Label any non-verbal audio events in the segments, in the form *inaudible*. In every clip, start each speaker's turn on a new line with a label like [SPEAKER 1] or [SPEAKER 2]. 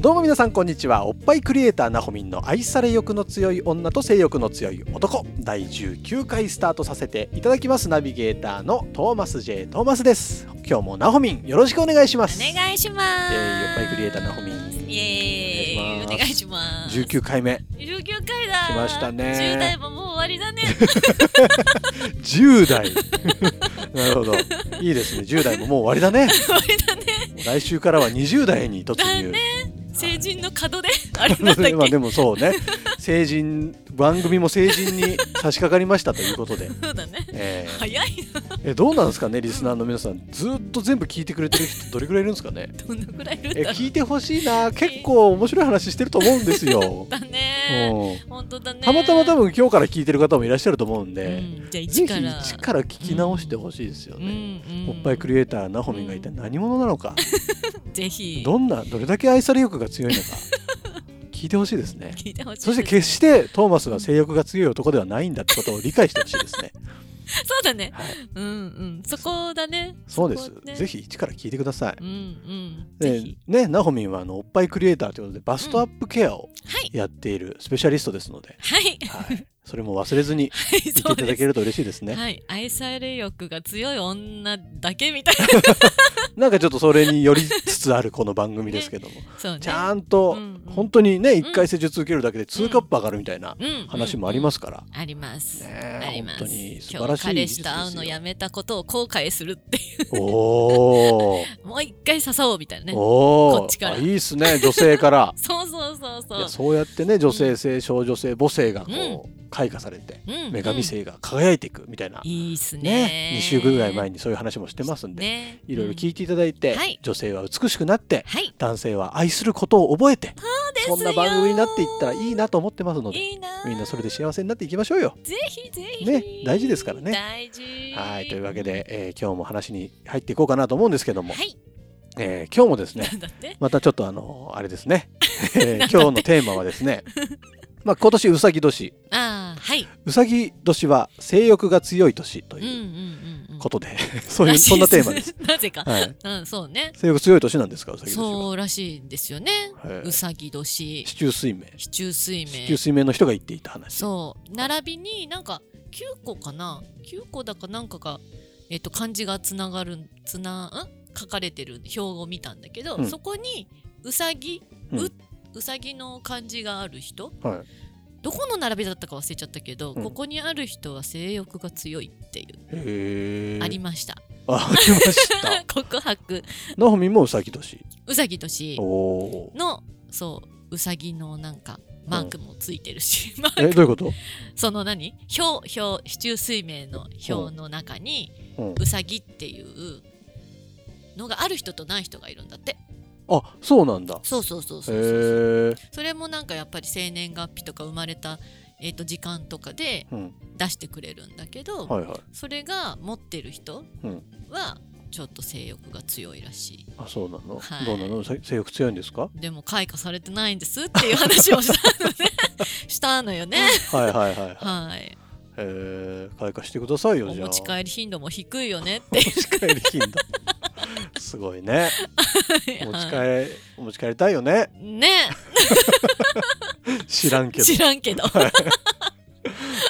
[SPEAKER 1] どうも皆さんこんにちはおっぱいクリエイターなほみんの愛され欲の強い女と性欲の強い男第19回スタートさせていただきますナビゲーターのトーマス J トーマスです今日もなほみんよろしくお願いします
[SPEAKER 2] お願いします。
[SPEAKER 1] えーおっぱいクリエイターなほみん
[SPEAKER 2] イエーイ
[SPEAKER 1] お
[SPEAKER 2] お
[SPEAKER 1] 願
[SPEAKER 2] 願
[SPEAKER 1] い
[SPEAKER 2] いします。
[SPEAKER 1] 19回目
[SPEAKER 2] 19回だ。
[SPEAKER 1] 来ましたね
[SPEAKER 2] 10代ももう終わりだね。
[SPEAKER 1] 10代 *laughs* なるほどいいですね10代ももう終わりだね
[SPEAKER 2] 終わりだね。
[SPEAKER 1] 来週からは20代に突
[SPEAKER 2] だ
[SPEAKER 1] 入
[SPEAKER 2] ね。成人の門であれなんだっ
[SPEAKER 1] *laughs* まあ
[SPEAKER 2] け。
[SPEAKER 1] でもそうね成人番組も成人に差し掛かりましたということで、
[SPEAKER 2] そうだね。
[SPEAKER 1] えー
[SPEAKER 2] 早いな。
[SPEAKER 1] えどうなんですかねリスナーの皆さんずっと全部聞いてくれてる人どれくらいいるんですかね
[SPEAKER 2] どのくらいいるん
[SPEAKER 1] え
[SPEAKER 2] だろ
[SPEAKER 1] 聞いてほしいな結構面白い話してると思うんですよ *laughs*
[SPEAKER 2] う。、だね。
[SPEAKER 1] う
[SPEAKER 2] 本当だね。
[SPEAKER 1] ん、たまたま多分今日から聞いてる方もいらっしゃると思うん
[SPEAKER 2] う
[SPEAKER 1] で、
[SPEAKER 2] ん。じゃあ
[SPEAKER 1] ぜ
[SPEAKER 2] 一
[SPEAKER 1] ひ
[SPEAKER 2] から。
[SPEAKER 1] 一から聞き直してほしいですよ
[SPEAKER 2] うん
[SPEAKER 1] ね、
[SPEAKER 2] うん。
[SPEAKER 1] おっぱいクリエイターなほみんが一体何者なのか、
[SPEAKER 2] ぜひ
[SPEAKER 1] どんなどれだけ愛され欲が強い *laughs* のか聞いてほしいですね
[SPEAKER 2] 聞いてほしい。
[SPEAKER 1] そして決してトーマスが性欲が強い男ではないんだってことを理解してほしいですね
[SPEAKER 2] そうだね
[SPEAKER 1] はい。
[SPEAKER 2] うんうん。そこだね。
[SPEAKER 1] そうです、
[SPEAKER 2] こね
[SPEAKER 1] ぜ。ひ一から聞いてください
[SPEAKER 2] うんうん。ぜ
[SPEAKER 1] ね
[SPEAKER 2] ひ。、
[SPEAKER 1] ねナホミンはあのおっぱいクリエイターということでバストアップケアを
[SPEAKER 2] はい
[SPEAKER 1] やっているスペシャリストですので、
[SPEAKER 2] はい。
[SPEAKER 1] はい、それも忘れずに
[SPEAKER 2] はい。
[SPEAKER 1] *laughs* 言って
[SPEAKER 2] *laughs* そう
[SPEAKER 1] いただ
[SPEAKER 2] です
[SPEAKER 1] け。ると嬉しいですね。
[SPEAKER 2] はい、愛され欲が強い女だけみたい
[SPEAKER 1] *laughs*
[SPEAKER 2] な。
[SPEAKER 1] なんかちょっとそれによりつつあるこの番組ですけども、
[SPEAKER 2] そう *laughs* ね。
[SPEAKER 1] ちゃんと
[SPEAKER 2] うんうん
[SPEAKER 1] 本当にね一回施術受けるだけで2カップ上がるみたいな
[SPEAKER 2] うんうん
[SPEAKER 1] 話もありますから、
[SPEAKER 2] あります。
[SPEAKER 1] ね
[SPEAKER 2] あります。
[SPEAKER 1] 本当に素晴らしい技
[SPEAKER 2] 今日彼
[SPEAKER 1] 術
[SPEAKER 2] 氏
[SPEAKER 1] で
[SPEAKER 2] と会う
[SPEAKER 1] す
[SPEAKER 2] の
[SPEAKER 1] よ
[SPEAKER 2] や。めたことを後悔するってい *laughs*
[SPEAKER 1] おー
[SPEAKER 2] う。もう一回誘おうみたいなね。
[SPEAKER 1] お
[SPEAKER 2] こっちか
[SPEAKER 1] ー
[SPEAKER 2] ら
[SPEAKER 1] あいいっすね女性から。
[SPEAKER 2] *laughs* そうそうそ
[SPEAKER 1] い
[SPEAKER 2] うそう
[SPEAKER 1] や。そうやってね女性性少女性母性がこう開花されて
[SPEAKER 2] うんうん
[SPEAKER 1] 女神性が輝いていくみたいな。
[SPEAKER 2] いいっすね
[SPEAKER 1] ね、。2週ぐらい前にそういう話もしてますんで、
[SPEAKER 2] ね。
[SPEAKER 1] いろいろ聞い
[SPEAKER 2] いて。
[SPEAKER 1] ていただいて、
[SPEAKER 2] うんはい
[SPEAKER 1] 女性は美しくなって
[SPEAKER 2] はい。
[SPEAKER 1] 男性は愛することを覚えて
[SPEAKER 2] です
[SPEAKER 1] そ
[SPEAKER 2] よ
[SPEAKER 1] んな番組になっていったらいいなと思ってますので
[SPEAKER 2] いいなー。
[SPEAKER 1] みんなそれで幸せになっていきましょうよ。
[SPEAKER 2] ぜひぜひ。
[SPEAKER 1] ね大事ですからね
[SPEAKER 2] 大事。
[SPEAKER 1] はいというわけで、えー今日も話に入っていこうかなと思うんですけども、
[SPEAKER 2] はい。
[SPEAKER 1] えー今日も
[SPEAKER 2] *laughs*
[SPEAKER 1] ですね
[SPEAKER 2] なんだって。
[SPEAKER 1] またちょっとあのあれですね、えー今日のテーマはですね
[SPEAKER 2] *laughs*
[SPEAKER 1] まあ今年うさぎ年
[SPEAKER 2] ああ、はい。
[SPEAKER 1] うさぎ年は性欲が強い年と
[SPEAKER 2] うん
[SPEAKER 1] いううん
[SPEAKER 2] うんうん。
[SPEAKER 1] ことで、 *laughs* そういうそんなテーマです。。
[SPEAKER 2] *laughs* なぜか。
[SPEAKER 1] はい、
[SPEAKER 2] うん、そうね。
[SPEAKER 1] 性欲強い年なんですかうさぎ年は。
[SPEAKER 2] そうらしいんですよね。
[SPEAKER 1] へえ
[SPEAKER 2] うさぎ年、
[SPEAKER 1] 市中水明
[SPEAKER 2] 四柱推
[SPEAKER 1] 市中
[SPEAKER 2] 命。
[SPEAKER 1] 水明の人が言っていた話
[SPEAKER 2] そう、並びになんか九個かな、九個だかなんかがえっと漢字がつながるつな、ん書かれてる表を見たんだけど、
[SPEAKER 1] うん
[SPEAKER 2] そこにうさぎ、
[SPEAKER 1] う
[SPEAKER 2] うんうさぎの漢字がある人、
[SPEAKER 1] はい
[SPEAKER 2] どこの並びだったか忘れちゃったけど、
[SPEAKER 1] うん
[SPEAKER 2] ここにある人は性欲が強いっていう、
[SPEAKER 1] へえ
[SPEAKER 2] ありました。 *laughs*
[SPEAKER 1] あありました
[SPEAKER 2] 告白
[SPEAKER 1] なほみんもうさぎ年
[SPEAKER 2] うさぎ年
[SPEAKER 1] おおー
[SPEAKER 2] のそううさぎのなんかマークもついてるし、 *laughs* マー
[SPEAKER 1] えどういうこと
[SPEAKER 2] その何表表市中水明の表の中に
[SPEAKER 1] うん
[SPEAKER 2] うさぎっていうのがある人とない人がいるんだって
[SPEAKER 1] あそうなんだ
[SPEAKER 2] そうそうそう
[SPEAKER 1] へ
[SPEAKER 2] そうそうそう
[SPEAKER 1] え
[SPEAKER 2] それもなんかやっぱり生年月日とか生まれた、えー、と時間とかで
[SPEAKER 1] うん
[SPEAKER 2] 出してくれるんだけど、
[SPEAKER 1] はいはい
[SPEAKER 2] それが持ってる人
[SPEAKER 1] うん
[SPEAKER 2] はちょっと性欲が強いらしい
[SPEAKER 1] あそうなの、
[SPEAKER 2] はい
[SPEAKER 1] どうなのさ性欲強いんですか
[SPEAKER 2] でも開花されてないんですっていう話をしたの
[SPEAKER 1] *laughs*
[SPEAKER 2] ねしたのよね
[SPEAKER 1] はいはいはいはい
[SPEAKER 2] *laughs* はい
[SPEAKER 1] へえ開花してくださいよ
[SPEAKER 2] お
[SPEAKER 1] じゃあ
[SPEAKER 2] 持ち帰り頻度も低いよねって
[SPEAKER 1] 持ち帰り頻度すごい
[SPEAKER 2] *laughs*
[SPEAKER 1] ね *laughs* お持ち帰りお持ち帰りたいよね
[SPEAKER 2] ね
[SPEAKER 1] 知らんけど
[SPEAKER 2] 知らんけど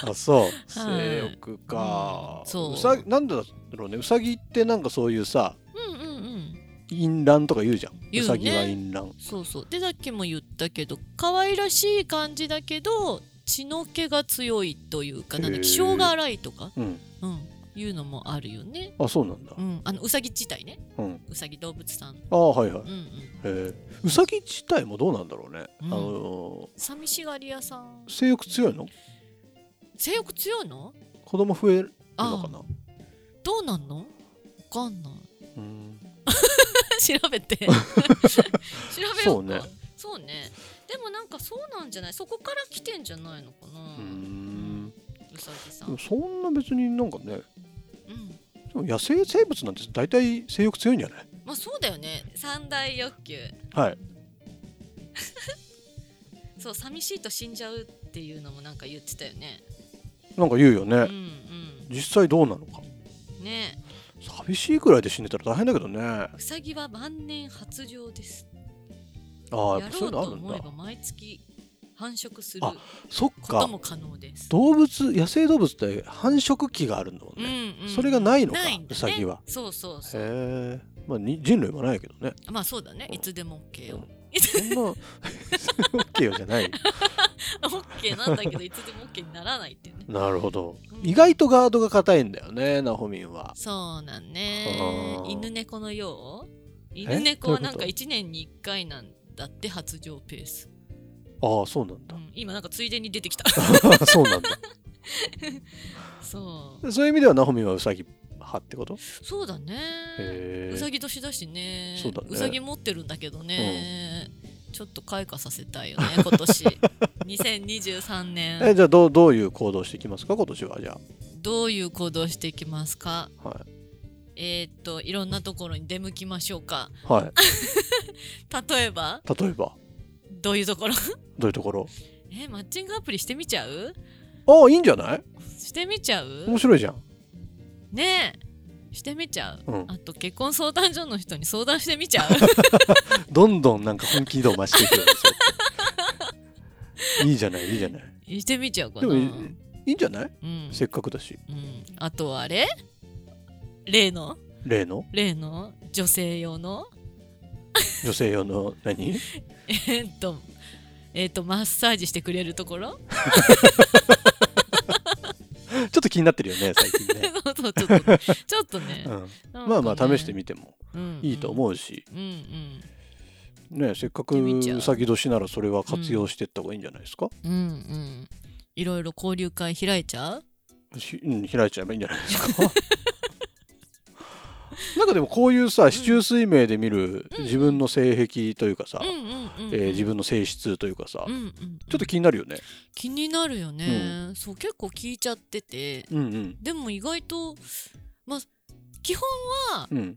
[SPEAKER 1] あそう *laughs* 性欲か、
[SPEAKER 2] うんそう
[SPEAKER 1] さなんだろうねうさぎってなんかそういうさ
[SPEAKER 2] うんうんうん
[SPEAKER 1] 淫乱とか言うじゃん、
[SPEAKER 2] 言
[SPEAKER 1] う
[SPEAKER 2] うね
[SPEAKER 1] さぎは淫乱
[SPEAKER 2] そうそうでさっきも言ったけど可愛らしい感じだけど血の気が強いというかなん
[SPEAKER 1] へ
[SPEAKER 2] だ
[SPEAKER 1] ー
[SPEAKER 2] 気性が荒いとか、
[SPEAKER 1] うん
[SPEAKER 2] うん、いうのもあるよね、
[SPEAKER 1] あそうなんだ
[SPEAKER 2] うん、あのうさぎ自体ね
[SPEAKER 1] うん
[SPEAKER 2] うさぎ動物さん、
[SPEAKER 1] あはいはい
[SPEAKER 2] うんうん、
[SPEAKER 1] えー、うさぎ自体もどうなんだろうね、
[SPEAKER 2] うん
[SPEAKER 1] あの
[SPEAKER 2] 寂しがり屋さん
[SPEAKER 1] ー性欲強いの
[SPEAKER 2] 性欲強いの
[SPEAKER 1] 子供増えるの
[SPEAKER 2] あ
[SPEAKER 1] かな
[SPEAKER 2] どうなんのわかんない *laughs*
[SPEAKER 1] うん
[SPEAKER 2] 調
[SPEAKER 1] *laughs*
[SPEAKER 2] べて調べようか
[SPEAKER 1] そうね
[SPEAKER 2] そうねでもなんかそうなんじゃないそこから来てんじゃないのかな
[SPEAKER 1] うーん
[SPEAKER 2] うさぎ
[SPEAKER 1] で
[SPEAKER 2] さん、う
[SPEAKER 1] もそんな別になんかね
[SPEAKER 2] ん、
[SPEAKER 1] でも野生生物なんて大体性欲強いんじゃない
[SPEAKER 2] まあそうだよね三大欲求
[SPEAKER 1] はい
[SPEAKER 2] そう寂しいと死んじゃうっていうのもなんか言ってたよね
[SPEAKER 1] なんか言うよね、
[SPEAKER 2] うん
[SPEAKER 1] 実際どうなのか
[SPEAKER 2] うんね
[SPEAKER 1] 寂しいくらいで死んでたら大変だけどねあ
[SPEAKER 2] うさぎは万年発情です
[SPEAKER 1] あや
[SPEAKER 2] や
[SPEAKER 1] っぱそう
[SPEAKER 2] ろ
[SPEAKER 1] いうのある
[SPEAKER 2] うと
[SPEAKER 1] ん
[SPEAKER 2] 思え
[SPEAKER 1] だ
[SPEAKER 2] ば毎月繁殖する
[SPEAKER 1] あ
[SPEAKER 2] こ
[SPEAKER 1] そっ
[SPEAKER 2] と
[SPEAKER 1] か
[SPEAKER 2] も可能です
[SPEAKER 1] 動物野生動物って繁殖期があるんだもん
[SPEAKER 2] うん
[SPEAKER 1] ね、
[SPEAKER 2] うん、
[SPEAKER 1] それがないのか
[SPEAKER 2] ないんだね
[SPEAKER 1] うさぎは
[SPEAKER 2] そうそうそう
[SPEAKER 1] へえまあに人類はないけど
[SPEAKER 2] *laughs*
[SPEAKER 1] ね
[SPEAKER 2] まあそうだね
[SPEAKER 1] うん
[SPEAKER 2] いつでも OK よ
[SPEAKER 1] うんそんなオッケーよじゃ
[SPEAKER 2] *laughs*
[SPEAKER 1] ない
[SPEAKER 2] OK なんだけどいつでも OK にならないっていうね
[SPEAKER 1] なるほど
[SPEAKER 2] うん
[SPEAKER 1] 意外とガードが硬いんだよねナホミンは
[SPEAKER 2] そうなん
[SPEAKER 1] あ
[SPEAKER 2] ね
[SPEAKER 1] ー
[SPEAKER 2] 犬猫のよう
[SPEAKER 1] え
[SPEAKER 2] 犬猫はなん
[SPEAKER 1] ど
[SPEAKER 2] か
[SPEAKER 1] ういう
[SPEAKER 2] 1年に1回なんだって発情ペース、
[SPEAKER 1] ああそうなん
[SPEAKER 2] う
[SPEAKER 1] だ
[SPEAKER 2] ん、今なんかついでに出てきた
[SPEAKER 1] *laughs* そうなんだ
[SPEAKER 2] そう
[SPEAKER 1] でそういう意味ではナホミンはウサギ派ってこと
[SPEAKER 2] そうだね
[SPEAKER 1] へー
[SPEAKER 2] うさぎ年だしね
[SPEAKER 1] そうだね
[SPEAKER 2] さぎ持ってるんだけどね、ちょっと開花させた
[SPEAKER 1] *laughs*
[SPEAKER 2] いよね今年2023
[SPEAKER 1] え
[SPEAKER 2] 年
[SPEAKER 1] じゃあどうどういう行動していきますか今年はじゃ
[SPEAKER 2] どういう行動していきますか
[SPEAKER 1] あは
[SPEAKER 2] えー、っといろんなところに出向きましょうか
[SPEAKER 1] い、は
[SPEAKER 2] 例えば
[SPEAKER 1] い、例えば
[SPEAKER 2] どういうところ *laughs*
[SPEAKER 1] どういうところ
[SPEAKER 2] えマッチングアプリしてみちゃう
[SPEAKER 1] ああいいんじゃない
[SPEAKER 2] してみちゃう
[SPEAKER 1] 面白いじゃん
[SPEAKER 2] ねえしてみちゃう、
[SPEAKER 1] うん
[SPEAKER 2] あと結婚相談所の人に相談してみち
[SPEAKER 1] *laughs*
[SPEAKER 2] ゃう
[SPEAKER 1] どんどんなんか本気度を増していくよねそうやっていいじゃないいいじゃない
[SPEAKER 2] してみちゃうか
[SPEAKER 1] で
[SPEAKER 2] な
[SPEAKER 1] もいいいいんじゃない
[SPEAKER 2] うん
[SPEAKER 1] せっかくだし
[SPEAKER 2] うん、あとはあれ例の
[SPEAKER 1] 例の
[SPEAKER 2] 例の女性用の
[SPEAKER 1] 女性用の何
[SPEAKER 2] えっとえっとマッサージしてくれるところ *laughs*
[SPEAKER 1] ちょっと気になってるよね最近
[SPEAKER 2] *laughs*
[SPEAKER 1] ね、
[SPEAKER 2] そうそうちょっとちょっとね,
[SPEAKER 1] う
[SPEAKER 2] なん
[SPEAKER 1] ん、
[SPEAKER 2] かね、
[SPEAKER 1] まあまあ試してみても
[SPEAKER 2] うんうん、
[SPEAKER 1] いいと思うし、
[SPEAKER 2] うんうん
[SPEAKER 1] ねせっかく
[SPEAKER 2] やってみちゃう
[SPEAKER 1] うさぎ年ならそれは活用していった方がいいんじゃないですか、
[SPEAKER 2] うんうんいろいろ交流会開いちゃう
[SPEAKER 1] しうん、開いちゃえばいいんじゃないですか *laughs* なんかでもこういうさ市中水明で見る
[SPEAKER 2] うん
[SPEAKER 1] 自分の性癖というかさ、
[SPEAKER 2] うんうんうん、うん
[SPEAKER 1] えー自分の性質というかさ、
[SPEAKER 2] うんうん、
[SPEAKER 1] ちょっと気になるよね
[SPEAKER 2] 気になるよね、そう結構聞いちゃってて
[SPEAKER 1] うん
[SPEAKER 2] でも意外とまあ基本
[SPEAKER 1] うんうん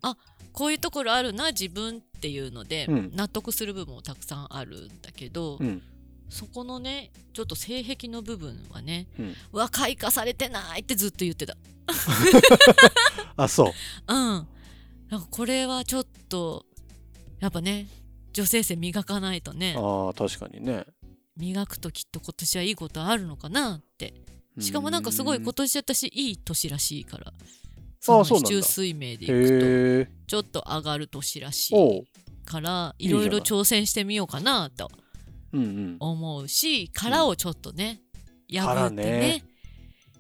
[SPEAKER 2] こういうところあるな自分っていうので、
[SPEAKER 1] うん
[SPEAKER 2] 納得する部分もたくさんあるんだけど、
[SPEAKER 1] うん
[SPEAKER 2] そこのねちょっと性癖の部分はね、
[SPEAKER 1] うん
[SPEAKER 2] うわ開花されてないってずっと言ってた
[SPEAKER 1] あそう
[SPEAKER 2] うんなんかこれはちょっとやっぱね女性性磨かないとね
[SPEAKER 1] あー確かにね
[SPEAKER 2] 磨くときっと今年はいいことあるのかなって *laughs* しかもなんかすごい今
[SPEAKER 1] と
[SPEAKER 2] 年私いい年らしいから
[SPEAKER 1] そうなんだ
[SPEAKER 2] 市中水明でいくと
[SPEAKER 1] へえ
[SPEAKER 2] ちょっと上がる年らし
[SPEAKER 1] お
[SPEAKER 2] いうから
[SPEAKER 1] いい
[SPEAKER 2] い
[SPEAKER 1] じゃな
[SPEAKER 2] ろ
[SPEAKER 1] い
[SPEAKER 2] いろ挑戦してみようかなと
[SPEAKER 1] うんうん
[SPEAKER 2] 思うし殻をちょっとね、破ってね
[SPEAKER 1] 殻ね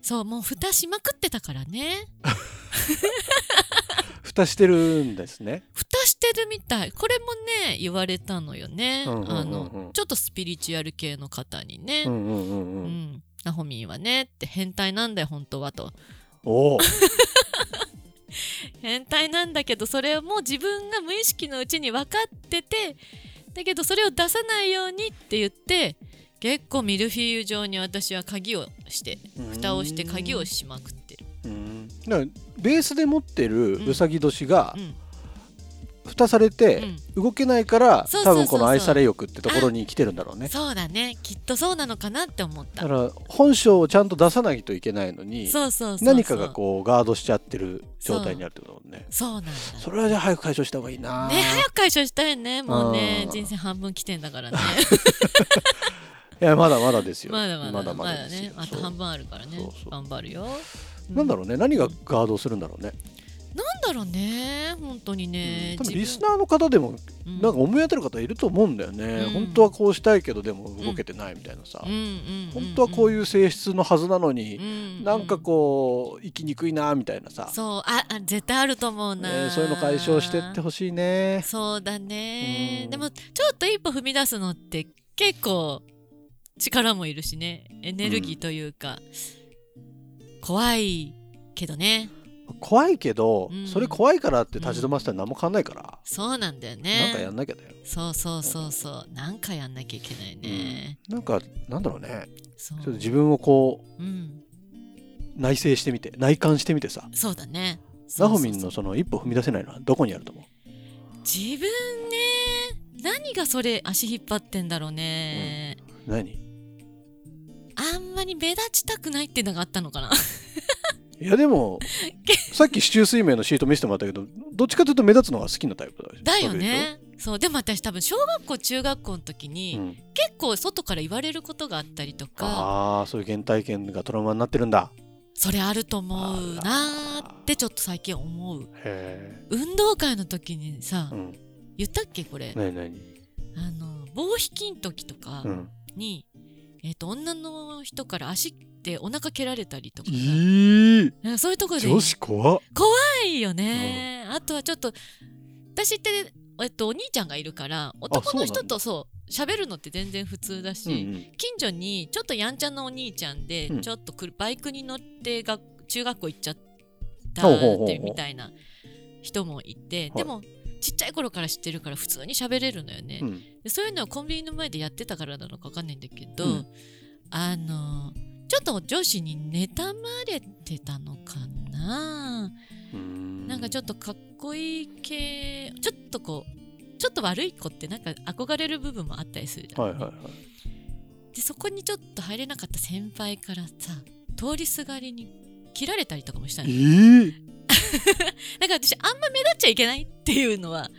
[SPEAKER 2] そうもう蓋しまくってたからね
[SPEAKER 1] 蓋してるんですね
[SPEAKER 2] 蓋してるみたいこれもね言われたのよね、
[SPEAKER 1] うんうんうんうん
[SPEAKER 2] あのちょっとスピリチュアル系の方にね
[SPEAKER 1] う、んうんうんう、
[SPEAKER 2] うんんナホミンはねって変態なんだよ本当はと
[SPEAKER 1] おお
[SPEAKER 2] 変態なんだけどそれをもう自分が無意識のうちに分かっててだけどそれを出さないようにって言って結構ミルフィーユ状に私は鍵をして *laughs* 蓋をして鍵をしまくってる、
[SPEAKER 1] うんだからベースで持ってる
[SPEAKER 2] うん
[SPEAKER 1] うさぎ年が
[SPEAKER 2] うん
[SPEAKER 1] 蓋され
[SPEAKER 2] う
[SPEAKER 1] て
[SPEAKER 2] ん
[SPEAKER 1] 動けないから
[SPEAKER 2] そうそ
[SPEAKER 1] 多
[SPEAKER 2] うそうそ
[SPEAKER 1] 分こ
[SPEAKER 2] う
[SPEAKER 1] の愛され欲ってところに来てるんだろうね
[SPEAKER 2] そうだねきっとそうなのかなって思った
[SPEAKER 1] だから本性をちゃんと出さないといけないのに
[SPEAKER 2] そうそうそうそう
[SPEAKER 1] 何かがこうガードしちゃってる状態にあるってことだもんね
[SPEAKER 2] そうなんだ
[SPEAKER 1] それはじゃあ早く解消した方がいいな、
[SPEAKER 2] ね早く解消したいねもうね
[SPEAKER 1] うん
[SPEAKER 2] 人生半分来てん
[SPEAKER 1] *laughs*
[SPEAKER 2] だからね
[SPEAKER 1] いやまだまだですよ
[SPEAKER 2] まだまだまだ
[SPEAKER 1] です
[SPEAKER 2] ね
[SPEAKER 1] よ
[SPEAKER 2] あと
[SPEAKER 1] そう
[SPEAKER 2] 半分あるからね
[SPEAKER 1] そうそう
[SPEAKER 2] 頑張るよ
[SPEAKER 1] なんだろうね何が
[SPEAKER 2] うん
[SPEAKER 1] ガードするんだろうね、
[SPEAKER 2] なんだろうね本当にね
[SPEAKER 1] 多分リス
[SPEAKER 2] ナ
[SPEAKER 1] ナーの方でも
[SPEAKER 2] ー
[SPEAKER 1] なんか思い当たる方いると思うんだよね、
[SPEAKER 2] うん
[SPEAKER 1] 本当はこうしたいけどでも動けてないみたいなさ、本当はこう
[SPEAKER 2] い
[SPEAKER 1] いう性質のはずなのに、
[SPEAKER 2] う
[SPEAKER 1] なんかこう生きにくいなみたいなさ
[SPEAKER 2] うん、そうああ絶対あると思う
[SPEAKER 1] え
[SPEAKER 2] な、
[SPEAKER 1] ーそういうの解消してってほしい *laughs* ね
[SPEAKER 2] そうだね、
[SPEAKER 1] うん
[SPEAKER 2] でもちょっと一歩踏み出すのって結構力もいるしねエネルギーというか、怖いけどね
[SPEAKER 1] 怖いけど、
[SPEAKER 2] うん
[SPEAKER 1] それ怖いからって立ち止まってたら何も変わんないから、
[SPEAKER 2] そうなんだよ
[SPEAKER 1] なんかや
[SPEAKER 2] ね
[SPEAKER 1] んなきゃだよ
[SPEAKER 2] そうそうそうそうなんかやんなきゃいけないね、
[SPEAKER 1] なんかなんだろうね
[SPEAKER 2] そ
[SPEAKER 1] ちょっと
[SPEAKER 2] う、
[SPEAKER 1] 自分をこう
[SPEAKER 2] うん、
[SPEAKER 1] 内省してみて内観してみてさ
[SPEAKER 2] そうだね
[SPEAKER 1] ナホミン
[SPEAKER 2] そうそうそう
[SPEAKER 1] のその一歩踏み出せないのはどこにあると思う
[SPEAKER 2] 自分ね何がそれ足引っ張ってんだろうね、
[SPEAKER 1] 何い
[SPEAKER 2] あんまり目立ちたくないってのがあったのかな *laughs*
[SPEAKER 1] やでも *laughs* さっき四柱推命のシート見せてもらったけどどっちかというと目立つのが好きなタイプだ
[SPEAKER 2] だよねそうでも私多分小学校中学校の時
[SPEAKER 1] わけでしょ
[SPEAKER 2] に、
[SPEAKER 1] うん
[SPEAKER 2] 結構外から言われることがあったりとか
[SPEAKER 1] ああそういう原体験がトラウマになってるんだ
[SPEAKER 2] それあると思うなーってちょっと最近思う
[SPEAKER 1] へ
[SPEAKER 2] 運動会の時にさ、
[SPEAKER 1] えうん
[SPEAKER 2] 言ったっけこれ、
[SPEAKER 1] 何何
[SPEAKER 2] あの棒引きん時とか
[SPEAKER 1] うん
[SPEAKER 2] に、えっと女の人から足でお腹蹴られたりとかさ
[SPEAKER 1] いい
[SPEAKER 2] うんそういうところで
[SPEAKER 1] 女子怖っ
[SPEAKER 2] 怖いよね、あとはちょっと私って、えっと、お兄ちゃんがいるから男の人とそう喋るのって全然普通だし、
[SPEAKER 1] うん
[SPEAKER 2] 近所にちょっとやんちゃなお兄ちゃんで、
[SPEAKER 1] うん
[SPEAKER 2] ちょっとくるバイクに乗ってが中学校行っちゃった
[SPEAKER 1] ほう
[SPEAKER 2] っ
[SPEAKER 1] ほうほうほう
[SPEAKER 2] ていうみたいな人もいて、
[SPEAKER 1] い
[SPEAKER 2] でもちっちゃい頃から知ってるから普通に喋れるのよね、
[SPEAKER 1] うん
[SPEAKER 2] でそういうのはコンビニの前でやってたからなのかわかんないんだけど、
[SPEAKER 1] うん
[SPEAKER 2] あのちょっと上司に妬まれてたのかな、
[SPEAKER 1] うん
[SPEAKER 2] なんかちょっとかっこいい系ちょっとこうちょっと悪い子ってなんか憧れる部分もあったりするじゃん、
[SPEAKER 1] はいはいはい
[SPEAKER 2] でそこにちょっと入れなかった先輩からさ通りすがりに切られたりとかもしたのだ
[SPEAKER 1] え
[SPEAKER 2] から私あんま目立っちゃいけないっていうのは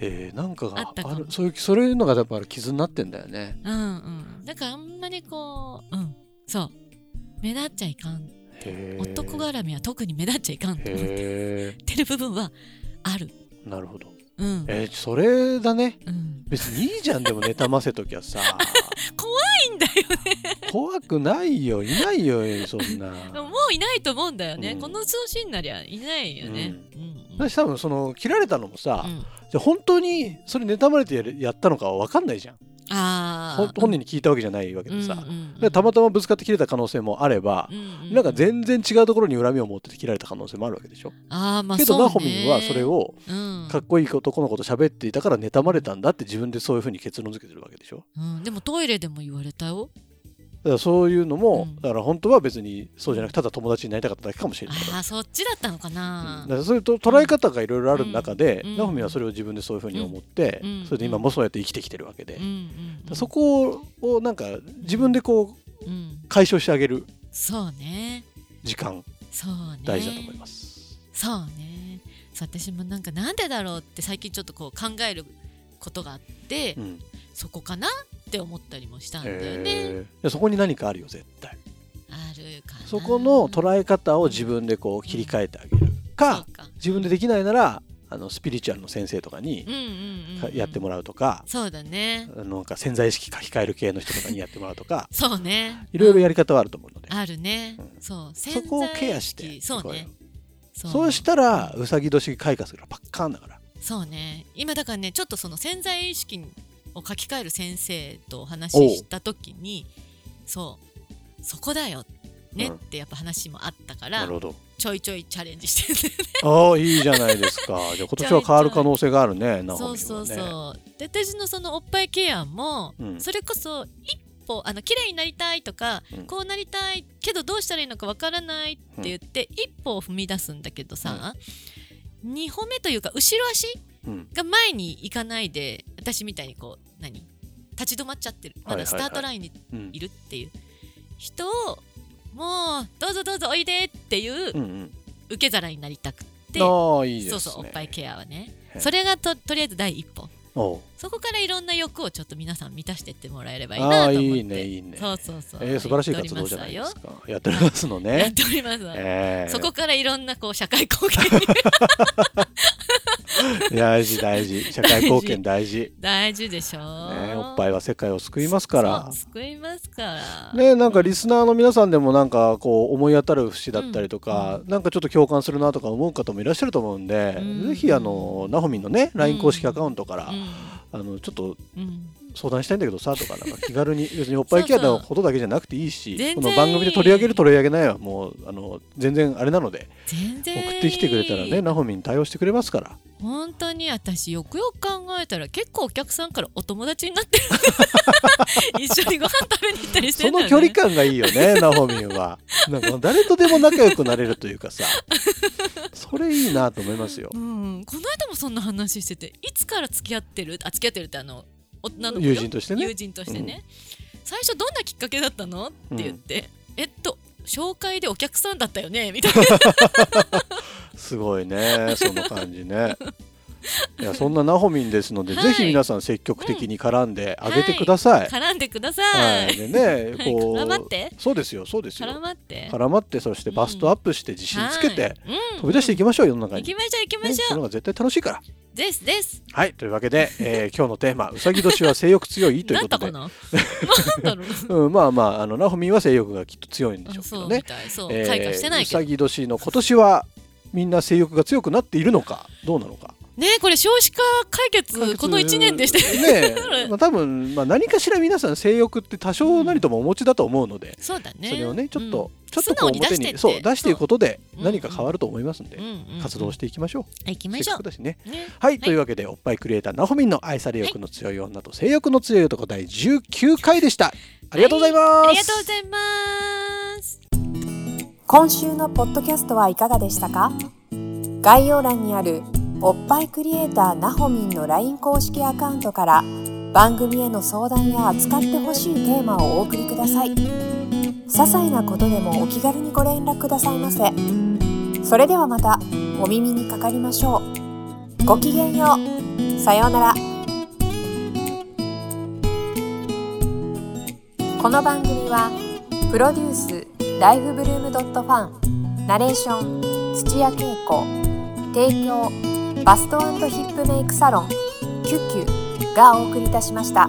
[SPEAKER 1] えー、なんか
[SPEAKER 2] あ
[SPEAKER 1] が
[SPEAKER 2] ったか
[SPEAKER 1] あ
[SPEAKER 2] も
[SPEAKER 1] るそういうそういうのがやっぱ傷になってんだよね
[SPEAKER 2] うんうんだからあんまりこううんそう目立っちゃいかん
[SPEAKER 1] へー
[SPEAKER 2] 男絡みは特に目立っちゃいかんと思って
[SPEAKER 1] へ
[SPEAKER 2] る部分はある
[SPEAKER 1] えなるほど
[SPEAKER 2] うん、
[SPEAKER 1] えー、それだね
[SPEAKER 2] うん、
[SPEAKER 1] 別にいいじゃんでも妬ませときゃ
[SPEAKER 2] *laughs*
[SPEAKER 1] さ
[SPEAKER 2] いいんだよ
[SPEAKER 1] 怖くないよいないよそん
[SPEAKER 2] *laughs*
[SPEAKER 1] な
[SPEAKER 2] もういないと思うんだよね、
[SPEAKER 1] うん
[SPEAKER 2] この通信なりゃいないよねうんうん
[SPEAKER 1] 私多分その切られたのもさ、
[SPEAKER 2] うん
[SPEAKER 1] じゃあ本当にそれ妬まれてやるやったのかは分かんないじゃん
[SPEAKER 2] あ
[SPEAKER 1] ほん本人に聞いたわけじゃないわけでさ、でたま
[SPEAKER 2] た
[SPEAKER 1] たまぶつかって切れた可能性もあれば、なんか全然違うところに恨みを持ってて切られた可能性もあるわけでしょ、
[SPEAKER 2] あーまあ
[SPEAKER 1] け
[SPEAKER 2] そ
[SPEAKER 1] ど
[SPEAKER 2] うね
[SPEAKER 1] ナホミンはそれを
[SPEAKER 2] うん
[SPEAKER 1] かっこいい男の子と喋っていたから妬まれたんだって自分でそういうふうに結論付けてるわけでしょ
[SPEAKER 2] うん、でもトイレでも言われたよ。
[SPEAKER 1] だからそういうのも、
[SPEAKER 2] うん
[SPEAKER 1] だから本当は別にそうじゃなくただ友達になりたかっただけかもしれないから
[SPEAKER 2] ああそっちだったのか
[SPEAKER 1] うん
[SPEAKER 2] な
[SPEAKER 1] だ。からそういうと捉え方がいろいろある中で、
[SPEAKER 2] うん
[SPEAKER 1] ナホミはそれを自分でそういうふうに思って、
[SPEAKER 2] うん
[SPEAKER 1] それで今もそうやって生きてきてるわけで、
[SPEAKER 2] うんうんうん、
[SPEAKER 1] そこをなんか自分でこう
[SPEAKER 2] うん、
[SPEAKER 1] 解消してあげる
[SPEAKER 2] そうね
[SPEAKER 1] 時間
[SPEAKER 2] そうね
[SPEAKER 1] 大事だと思います、
[SPEAKER 2] そうねそう私もなんかなんでだろうって最近ちょっとこう考えることがあって、
[SPEAKER 1] うん
[SPEAKER 2] そこかなって思ったりもしたんだよね。
[SPEAKER 1] えーそこに何かあるよ絶対
[SPEAKER 2] あるかな。
[SPEAKER 1] そこの捉え方を自分でこう切り替えてあげるか
[SPEAKER 2] そうか
[SPEAKER 1] 自分でできないならあのスピリチュアルの先生とかに
[SPEAKER 2] うんうんうん、
[SPEAKER 1] やっても
[SPEAKER 2] ら
[SPEAKER 1] らうとか、
[SPEAKER 2] そうだね
[SPEAKER 1] あのなんか潜在意識書き換える系の人とかにやってもらうと
[SPEAKER 2] *laughs*
[SPEAKER 1] か
[SPEAKER 2] そうね
[SPEAKER 1] いろいろや
[SPEAKER 2] る、
[SPEAKER 1] り方はあると思うので、
[SPEAKER 2] あるね、
[SPEAKER 1] うん
[SPEAKER 2] そう
[SPEAKER 1] そこをケアして
[SPEAKER 2] 潜在意識そうねそ
[SPEAKER 1] そうしたらうさぎ年開花するからパッカーンだから
[SPEAKER 2] そうね今だからねちょっとその潜在意識を書き換える先生とお話しした時にそうそこだよね
[SPEAKER 1] うん
[SPEAKER 2] ってやっぱ話もあったから、
[SPEAKER 1] なるほど
[SPEAKER 2] ちょいちょいチャレンジしてる
[SPEAKER 1] ああいいじゃないです
[SPEAKER 2] *laughs*
[SPEAKER 1] かじゃあ今年は変わる可能性があるねナホ
[SPEAKER 2] そ
[SPEAKER 1] ミンはね
[SPEAKER 2] うそうそうで私のそのおっぱいケアも、
[SPEAKER 1] うん
[SPEAKER 2] それこそ一歩あの綺麗になりたいとか、
[SPEAKER 1] うん
[SPEAKER 2] こうなりたいけどどうしたらいいのかわからないって言って、一歩を踏み出すんだけどさ、二2歩目というか後ろ足
[SPEAKER 1] うん
[SPEAKER 2] が前に行かないで私みたいにこう何立ち止まっちゃってるま
[SPEAKER 1] はいは
[SPEAKER 2] だス
[SPEAKER 1] いはい
[SPEAKER 2] タートラインに
[SPEAKER 1] うん
[SPEAKER 2] いるっていう人をもうどうぞどうぞおいでってい
[SPEAKER 1] う
[SPEAKER 2] う
[SPEAKER 1] んうん
[SPEAKER 2] 受け皿になりたくって、
[SPEAKER 1] ああいいです
[SPEAKER 2] そ
[SPEAKER 1] ね
[SPEAKER 2] うそうおっぱいケアはね
[SPEAKER 1] はい
[SPEAKER 2] それがととりあえず第一歩
[SPEAKER 1] おう
[SPEAKER 2] そこからいろんな欲をちょっと皆さん満たしてってもらえればいい
[SPEAKER 1] あ
[SPEAKER 2] な
[SPEAKER 1] あ
[SPEAKER 2] と思って
[SPEAKER 1] いいねいいね
[SPEAKER 2] そうそうそう、
[SPEAKER 1] えー、素晴らしい活動じゃないですかやっておりますの
[SPEAKER 2] やっ
[SPEAKER 1] ね
[SPEAKER 2] ておりますよやっております、
[SPEAKER 1] えー
[SPEAKER 2] そこからいろんなこう社会貢献に
[SPEAKER 1] *laughs* 大事大事社会貢献大
[SPEAKER 2] *laughs*
[SPEAKER 1] 事
[SPEAKER 2] 大事でしょ
[SPEAKER 1] ねおっぱ
[SPEAKER 2] い
[SPEAKER 1] いは世界を救いますから
[SPEAKER 2] 救いますから
[SPEAKER 1] ねなんかリスナーの皆さんでもなんかこう思い当たる節だったりとか、なんかちょっと共感するなとか思う方もいらっしゃると思うんで、
[SPEAKER 2] うん
[SPEAKER 1] ぜひあのナホミンのね LINE 公式アカウントから、
[SPEAKER 2] うん
[SPEAKER 1] あのちょっと
[SPEAKER 2] うん
[SPEAKER 1] 相談したいんだけどさとかなんか気軽に別におっぱいケアのことだけじゃなくていいし
[SPEAKER 2] 全然
[SPEAKER 1] この番組で取り上げる取り上げないはもうあの全然あれなので
[SPEAKER 2] 全然
[SPEAKER 1] 送ってきてくれたらねナホミン対応してくれますから
[SPEAKER 2] 本当に私よくよく考えたら結構お客さんからお友達にな
[SPEAKER 1] *laughs*
[SPEAKER 2] ってる一緒にご飯食べに行ったりして
[SPEAKER 1] そ
[SPEAKER 2] んだ
[SPEAKER 1] の
[SPEAKER 2] よね
[SPEAKER 1] 距離感がいいよね
[SPEAKER 2] *laughs*
[SPEAKER 1] ナホミンはなんか誰とでも仲良くなれるというかさそれいいなと思います
[SPEAKER 2] *laughs*
[SPEAKER 1] よ
[SPEAKER 2] うん、この間もそんな話してていつから付き合ってるあ付き合ってるってあの女の子よ
[SPEAKER 1] 友人としてね
[SPEAKER 2] 友人としてね、最初どんなきっかけだったのって言って、えっと紹介でお客さんだったよねみたいな
[SPEAKER 1] すごい
[SPEAKER 2] *laughs*
[SPEAKER 1] ねその感じねいやそんなナホミンですので、
[SPEAKER 2] はい
[SPEAKER 1] ぜひ皆さん積極的に絡んであげてください、
[SPEAKER 2] 絡んでくださ
[SPEAKER 1] はい
[SPEAKER 2] い、
[SPEAKER 1] でね
[SPEAKER 2] はい
[SPEAKER 1] こう、
[SPEAKER 2] 絡まって
[SPEAKER 1] そうですよそうですよ
[SPEAKER 2] 絡まって
[SPEAKER 1] 絡まってそしてバストアップして自信つけて、
[SPEAKER 2] はいうん
[SPEAKER 1] 飛び出していきましょう世の中
[SPEAKER 2] 行
[SPEAKER 1] に。
[SPEAKER 2] きましょう行きま
[SPEAKER 1] ねそ
[SPEAKER 2] しょう、
[SPEAKER 1] の方が絶対楽しいから。
[SPEAKER 2] ですです
[SPEAKER 1] はいというわけで、え
[SPEAKER 2] *laughs*
[SPEAKER 1] ー今日のテーマ「うさぎ年は性欲強い」という
[SPEAKER 2] な
[SPEAKER 1] こ
[SPEAKER 2] ん
[SPEAKER 1] と
[SPEAKER 2] だ
[SPEAKER 1] で
[SPEAKER 2] かななんだろう
[SPEAKER 1] *laughs* うん、まあまああのナホミンは性欲がきっと強いんでしょ
[SPEAKER 2] な
[SPEAKER 1] うけど
[SPEAKER 2] そう
[SPEAKER 1] ね
[SPEAKER 2] み。たいそう、
[SPEAKER 1] えー
[SPEAKER 2] 開花してないうけど
[SPEAKER 1] さぎ年の今年はみんな性欲が強くなっているのかどうなのか。
[SPEAKER 2] ねこれ少子化解決この1年でして *laughs*
[SPEAKER 1] ねえまあ、多分、まあ、何かしら皆さん性欲って多少なりともお持ちだと思うので、
[SPEAKER 2] そうだね
[SPEAKER 1] それをねちょっと、ちょっと
[SPEAKER 2] 素
[SPEAKER 1] こ
[SPEAKER 2] 直
[SPEAKER 1] う
[SPEAKER 2] に出
[SPEAKER 1] 表
[SPEAKER 2] し
[SPEAKER 1] に
[SPEAKER 2] てって
[SPEAKER 1] そう出していくことで
[SPEAKER 2] そう
[SPEAKER 1] 何か変わると思いますんで、
[SPEAKER 2] うんうんうん
[SPEAKER 1] 活動していきましょう。
[SPEAKER 2] 行きま
[SPEAKER 1] せっ
[SPEAKER 2] しょ
[SPEAKER 1] かく
[SPEAKER 2] う
[SPEAKER 1] だしね。
[SPEAKER 2] ね
[SPEAKER 1] はい、というわけでおっぱいクリエイターなほみんの愛され欲の強い女と性欲の強い男第19回でした。ありがとうございます。
[SPEAKER 2] ありがとうございます。
[SPEAKER 3] 今週のポッドキャストはいかがでしたか概要欄にあるおっぱいクリエイターなほみんの LINE 公式アカウントから番組への相談や扱ってほしいテーマをお送りください些細なことでもお気軽にご連絡くださいませそれではまたお耳にかかりましょうごきげんようさようならこの番組は「プロデュースライフブルームドットファンナレーション土屋恵子提供バストヒップメイクサロン「キュッキュ」がお送りいたしました。